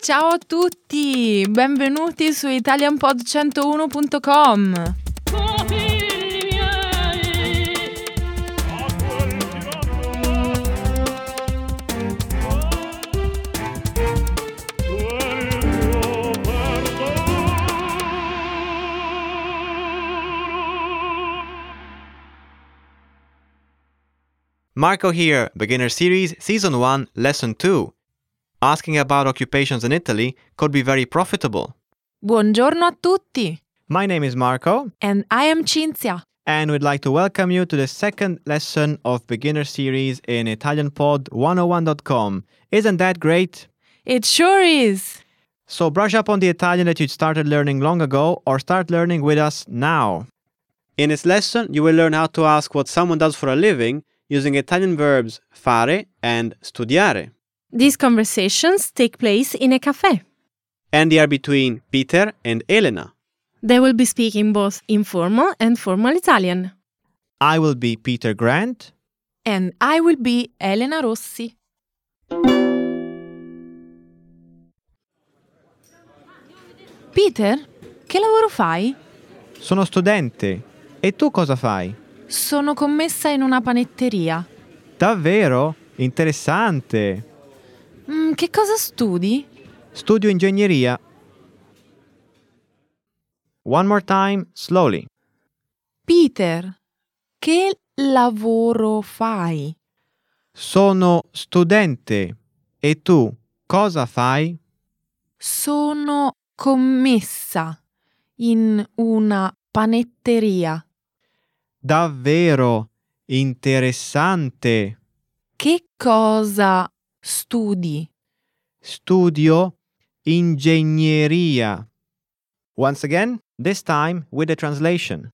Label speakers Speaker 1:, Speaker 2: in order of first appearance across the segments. Speaker 1: Ciao a tutti, benvenuti su italianpod101.com.
Speaker 2: Marco here, Beginner Series, Season 1, Lesson 2. Asking about occupations in Italy could be very profitable.
Speaker 1: Buongiorno a tutti,
Speaker 2: My name is Marco,
Speaker 1: and I am Cinzia.
Speaker 2: and we'd like to welcome you to the second lesson of Beginner Series in ItalianPod101.com. Isn't that great?
Speaker 1: It sure is.
Speaker 2: So brush up on the Italian that you started learning long ago or start learning with us now. In this lesson, you will learn how to ask what someone does for a living using Italian verbs fare and studiare.
Speaker 3: These conversations take place in a cafe.
Speaker 2: and they are between Peter and Elena.
Speaker 3: They will be speaking both informal and formal Italian.
Speaker 2: I will be Peter Grant.
Speaker 1: And I will be Elena Rossi. Peter, che lavoro fai?
Speaker 2: Sono studente. E tu cosa fai?
Speaker 1: Sono commessa in una panetteria.
Speaker 2: Davvero? Interessante.
Speaker 1: Mm, che cosa studi?
Speaker 2: Studio ingegneria. One more time, slowly.
Speaker 1: Peter, che lavoro fai?
Speaker 2: Sono studente. E tu cosa fai?
Speaker 1: Sono commessa in una panetteria.
Speaker 2: Davvero interessante.
Speaker 1: Che cosa studi?
Speaker 2: Studio ingegneria. Once again, this time with a translation.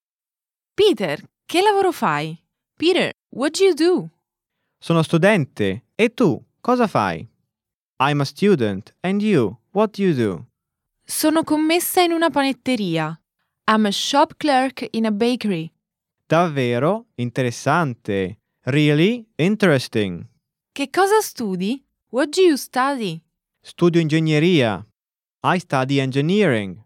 Speaker 1: Peter, che lavoro fai? Peter, what do you do?
Speaker 2: Sono studente. E tu cosa fai? I'm a student. And you? What do you do?
Speaker 1: Sono commessa in una panetteria. I'm a shop clerk in a bakery.
Speaker 2: Davvero interessante. Really interesting.
Speaker 1: Che cosa studi? What do you study?
Speaker 2: Studio ingegneria. I study engineering.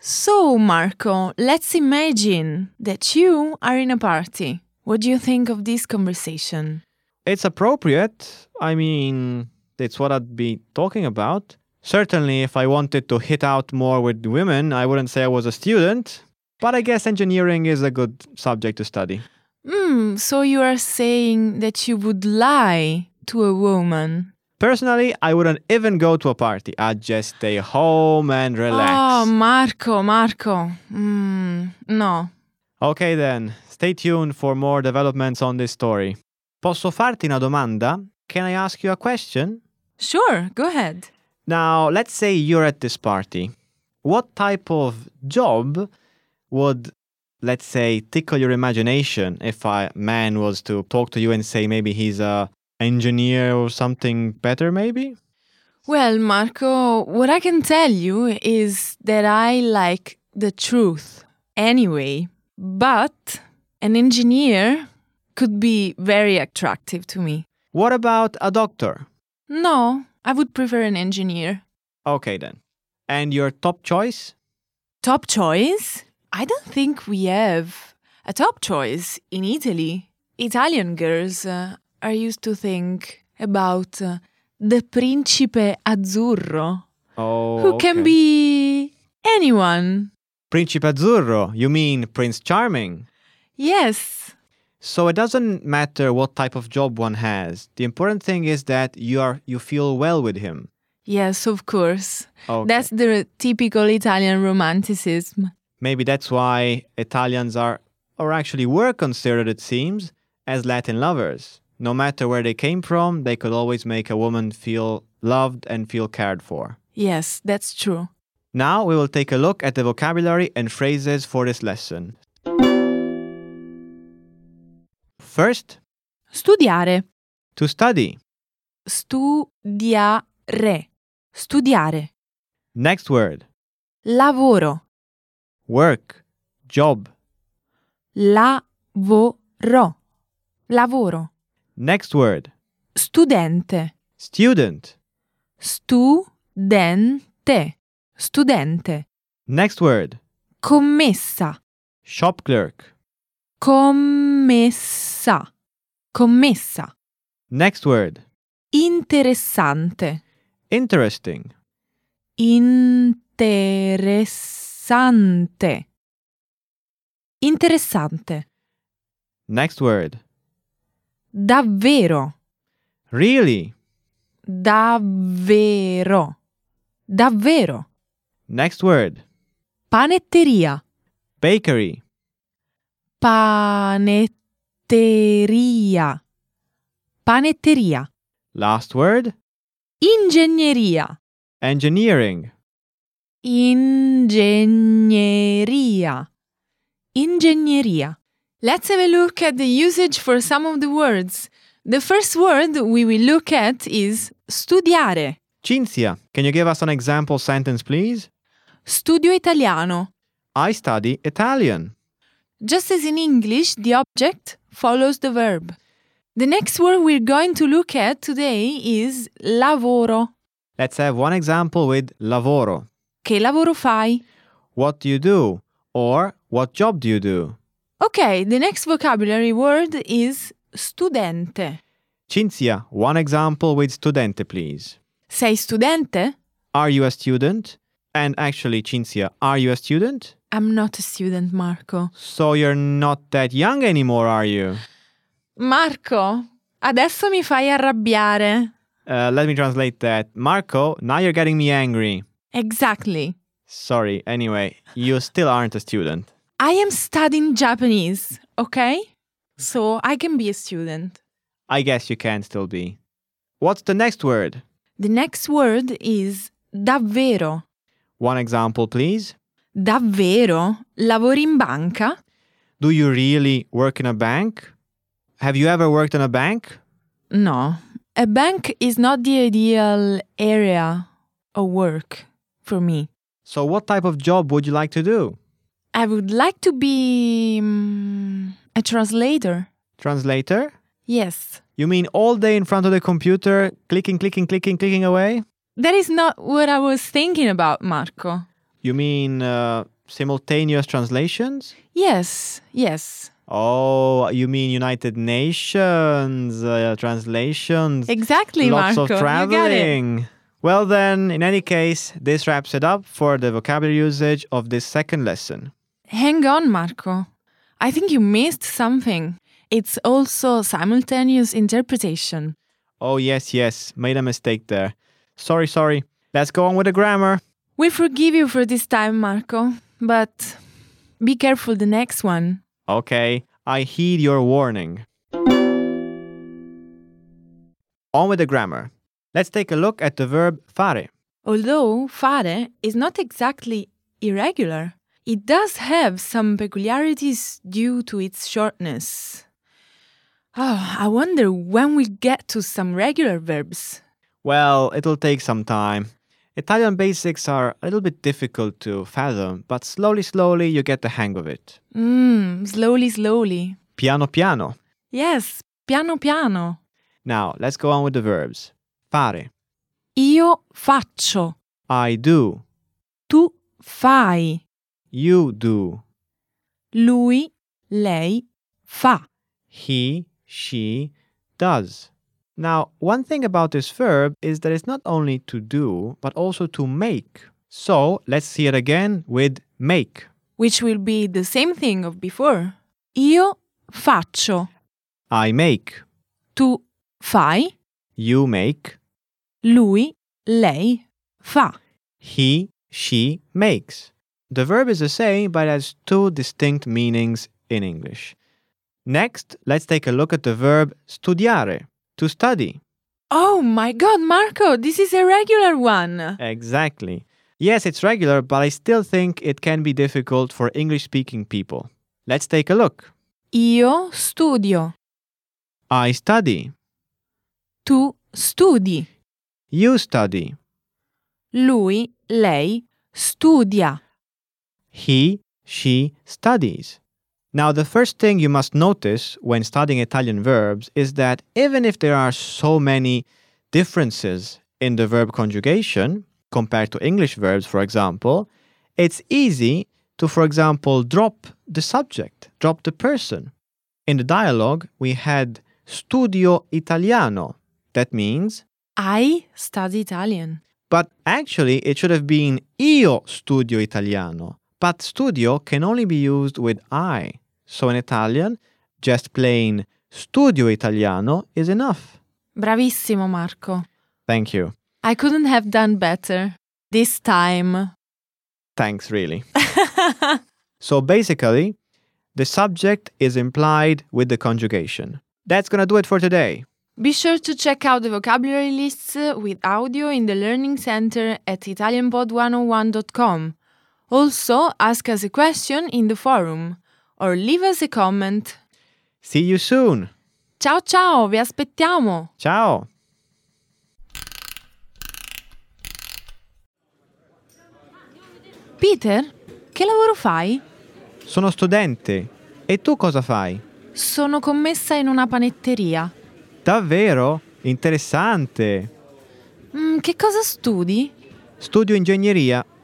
Speaker 1: So, Marco, let's imagine that you are in a party. What do you think of this conversation?
Speaker 2: It's appropriate. I mean, it's what I'd be talking about. Certainly, if I wanted to hit out more with women, I wouldn't say I was a student. But I guess engineering is a good subject to study.
Speaker 1: Hmm, so you are saying that you would lie to a woman.
Speaker 2: Personally, I wouldn't even go to a party. I'd just stay home and
Speaker 1: Oh,
Speaker 2: relax.
Speaker 1: Marco, Marco. Mm, no.
Speaker 2: ok then, stay tuned for more developments on this story. Posso farti una domanda? Can I ask you a question?
Speaker 1: Sure, go ahead.
Speaker 2: Now, let's say you're at this party. What type of job would, let's say, tickle your imagination if a man was to talk to you and say maybe he's a engineer or something better maybe?
Speaker 1: Well, Marco, what I can tell you is that I like the truth anyway, but an engineer could be very attractive to me.
Speaker 2: What about a doctor?
Speaker 1: No, I would prefer an engineer.
Speaker 2: Okay then. And your top choice?
Speaker 1: Top choice? I don't think we have a top choice in Italy. Italian girls uh, are used to think about uh, the principe azzurro,
Speaker 2: Oh,
Speaker 1: who can
Speaker 2: okay.
Speaker 1: be anyone.
Speaker 2: Principe Azzurro? You mean Prince Charming?
Speaker 1: Yes,
Speaker 2: So it doesn't matter what type of job one has. The important thing is that you are you feel well with him.
Speaker 1: yes, of course.
Speaker 2: Okay.
Speaker 1: That's the typical Italian romanticism.
Speaker 2: Maybe that's why Italians are or actually were considered it seems as Latin lovers. No matter where they came from, they could always make a woman feel loved and feel cared for.
Speaker 1: Yes, that's true.
Speaker 2: Now we will take a look at the vocabulary and phrases for this lesson. First,
Speaker 1: Studiare.
Speaker 2: to study.
Speaker 1: Studiare. Studiare.
Speaker 2: Next word,
Speaker 1: Lavoro.
Speaker 2: work, job.
Speaker 1: Lavoro. Lavoro.
Speaker 2: Next word,
Speaker 1: studente,
Speaker 2: Student.
Speaker 1: studente, studente,
Speaker 2: Next word.
Speaker 1: commessa,
Speaker 2: Shop clerk.
Speaker 1: commessa, commessa,
Speaker 2: Next word.
Speaker 1: interessante,
Speaker 2: Interesting.
Speaker 1: interessante, interessante,
Speaker 2: Next word.
Speaker 1: davvero,
Speaker 2: Really.
Speaker 1: davvero, davvero,
Speaker 2: Next word.
Speaker 1: panetteria.
Speaker 2: Bakery.
Speaker 1: Panetteria. Panetteria.
Speaker 2: Last word.
Speaker 1: Ingegneria.
Speaker 2: Engineering.
Speaker 1: Ingegneria. Ingegneria. Let's have a look at the usage for some of the words. The first word we will look at is studiare.
Speaker 2: Cinzia, can you give us an example sentence, please?
Speaker 1: Studio italiano.
Speaker 2: I study Italian.
Speaker 1: Just as in English, the object follows the verb. The next word we're going to look at today is lavoro.
Speaker 2: Let's have one example with lavoro.
Speaker 1: Che lavoro fai?
Speaker 2: What do you do? Or what job do you do?
Speaker 1: Okay, the next vocabulary word is studente.
Speaker 2: Cinzia, one example with studente, please.
Speaker 1: Sei studente?
Speaker 2: Are you a student? And actually, Cinzia, are you a student?
Speaker 1: I'm not a student, Marco.
Speaker 2: So you're not that young anymore, are you?
Speaker 1: Marco, adesso mi fai arrabbiare.
Speaker 2: Uh, let me translate that. Marco, now you're getting me angry.
Speaker 1: Exactly.
Speaker 2: Sorry, anyway, you still aren't a student.
Speaker 1: I am studying Japanese, okay? So I can be a student.
Speaker 2: I guess you can still be. What's the next word?
Speaker 1: The next word is davvero.
Speaker 2: One example, please.
Speaker 1: Davvero? Lavori in banca?
Speaker 2: Do you really work in a bank? Have you ever worked in a bank?
Speaker 1: No. A bank is not the ideal area of work for me.
Speaker 2: So, what type of job would you like to do?
Speaker 1: I would like to be mm, a translator.
Speaker 2: Translator?
Speaker 1: Yes.
Speaker 2: You mean all day in front of the computer, clicking, clicking, clicking, clicking away?
Speaker 1: That is not what I was thinking about, Marco.
Speaker 2: You mean uh, simultaneous translations?
Speaker 1: Yes, yes,
Speaker 2: Oh, you mean United Nations uh, translations?
Speaker 1: exactly,
Speaker 2: Lots
Speaker 1: Marco.
Speaker 2: of
Speaker 1: You got it.
Speaker 2: traveling. Well, then, in any case, this wraps it up for the vocabulary usage of this second lesson.
Speaker 1: Hang on, Marco. I think you missed something. It's also simultaneous interpretation.
Speaker 2: Oh, yes, yes, made a mistake there. Sorry, sorry. Let's go on with the grammar.
Speaker 1: We forgive you for this time, Marco, but be careful the next one.
Speaker 2: Okay, I heed your warning. On with the grammar. Let's take a look at the verb fare.
Speaker 1: Although fare is not exactly irregular, it does have some peculiarities due to its shortness. Oh, I wonder when we get to some regular verbs.
Speaker 2: Well, it'll take some time. Italian basics are a little bit difficult to fathom, but slowly, slowly you get the hang of it.
Speaker 1: Mmm, slowly, slowly.
Speaker 2: Piano piano.
Speaker 1: Yes, piano piano.
Speaker 2: Now, let's go on with the verbs. Fare.
Speaker 1: Io faccio,
Speaker 2: I do.
Speaker 1: tu fai,
Speaker 2: You do.
Speaker 1: lui, lei fa.
Speaker 2: He, she, does. Now, one thing about this verb is that it's not only to do, but also to make. So, let's see it again with make.
Speaker 1: Which will be the same thing of before. Io faccio,
Speaker 2: I make.
Speaker 1: tu fai,
Speaker 2: You make.
Speaker 1: Lui, lei, fa.
Speaker 2: He, she makes. The verb is the same, but has two distinct meanings in English. Next, let's take a look at the verb studiare, to study.
Speaker 1: Oh my god, Marco, this is a regular one.
Speaker 2: Exactly. Yes, it's regular, but I still think it can be difficult for English speaking people. Let's take a look.
Speaker 1: Io studio.
Speaker 2: I study.
Speaker 1: Tu studi.
Speaker 2: You study.
Speaker 1: Lui, lei, studia.
Speaker 2: He, she studies. Now, the first thing you must notice when studying Italian verbs is that even if there are so many differences in the verb conjugation compared to English verbs, for example, it's easy to, for example, drop the subject, drop the person. In the dialogue, we had studio italiano. That means,
Speaker 1: I study Italian.
Speaker 2: but actually, it should have been io studio italiano. But studio can only be used with I. So in Italian, just plain studio italiano is enough.
Speaker 1: Bravissimo, Marco.
Speaker 2: Thank you.
Speaker 1: I couldn't have done better. This time.
Speaker 2: Thanks, really. So basically, the subject is implied with the conjugation. That's gonna do it for today.
Speaker 1: Be sure to check out the vocabulary lists uh, with audio in the Learning Center at italianpod101.com. Also, ask us a question in the forum or leave us a comment.
Speaker 2: See you soon.
Speaker 1: Ciao ciao, vi aspettiamo!
Speaker 2: Ciao.
Speaker 1: Peter, che lavoro fai?
Speaker 2: Sono studente. E tu cosa fai?
Speaker 1: Sono commessa in una panetteria.
Speaker 2: Davvero? Interessante.
Speaker 1: Mm, che cosa studi?
Speaker 2: Studio ingegneria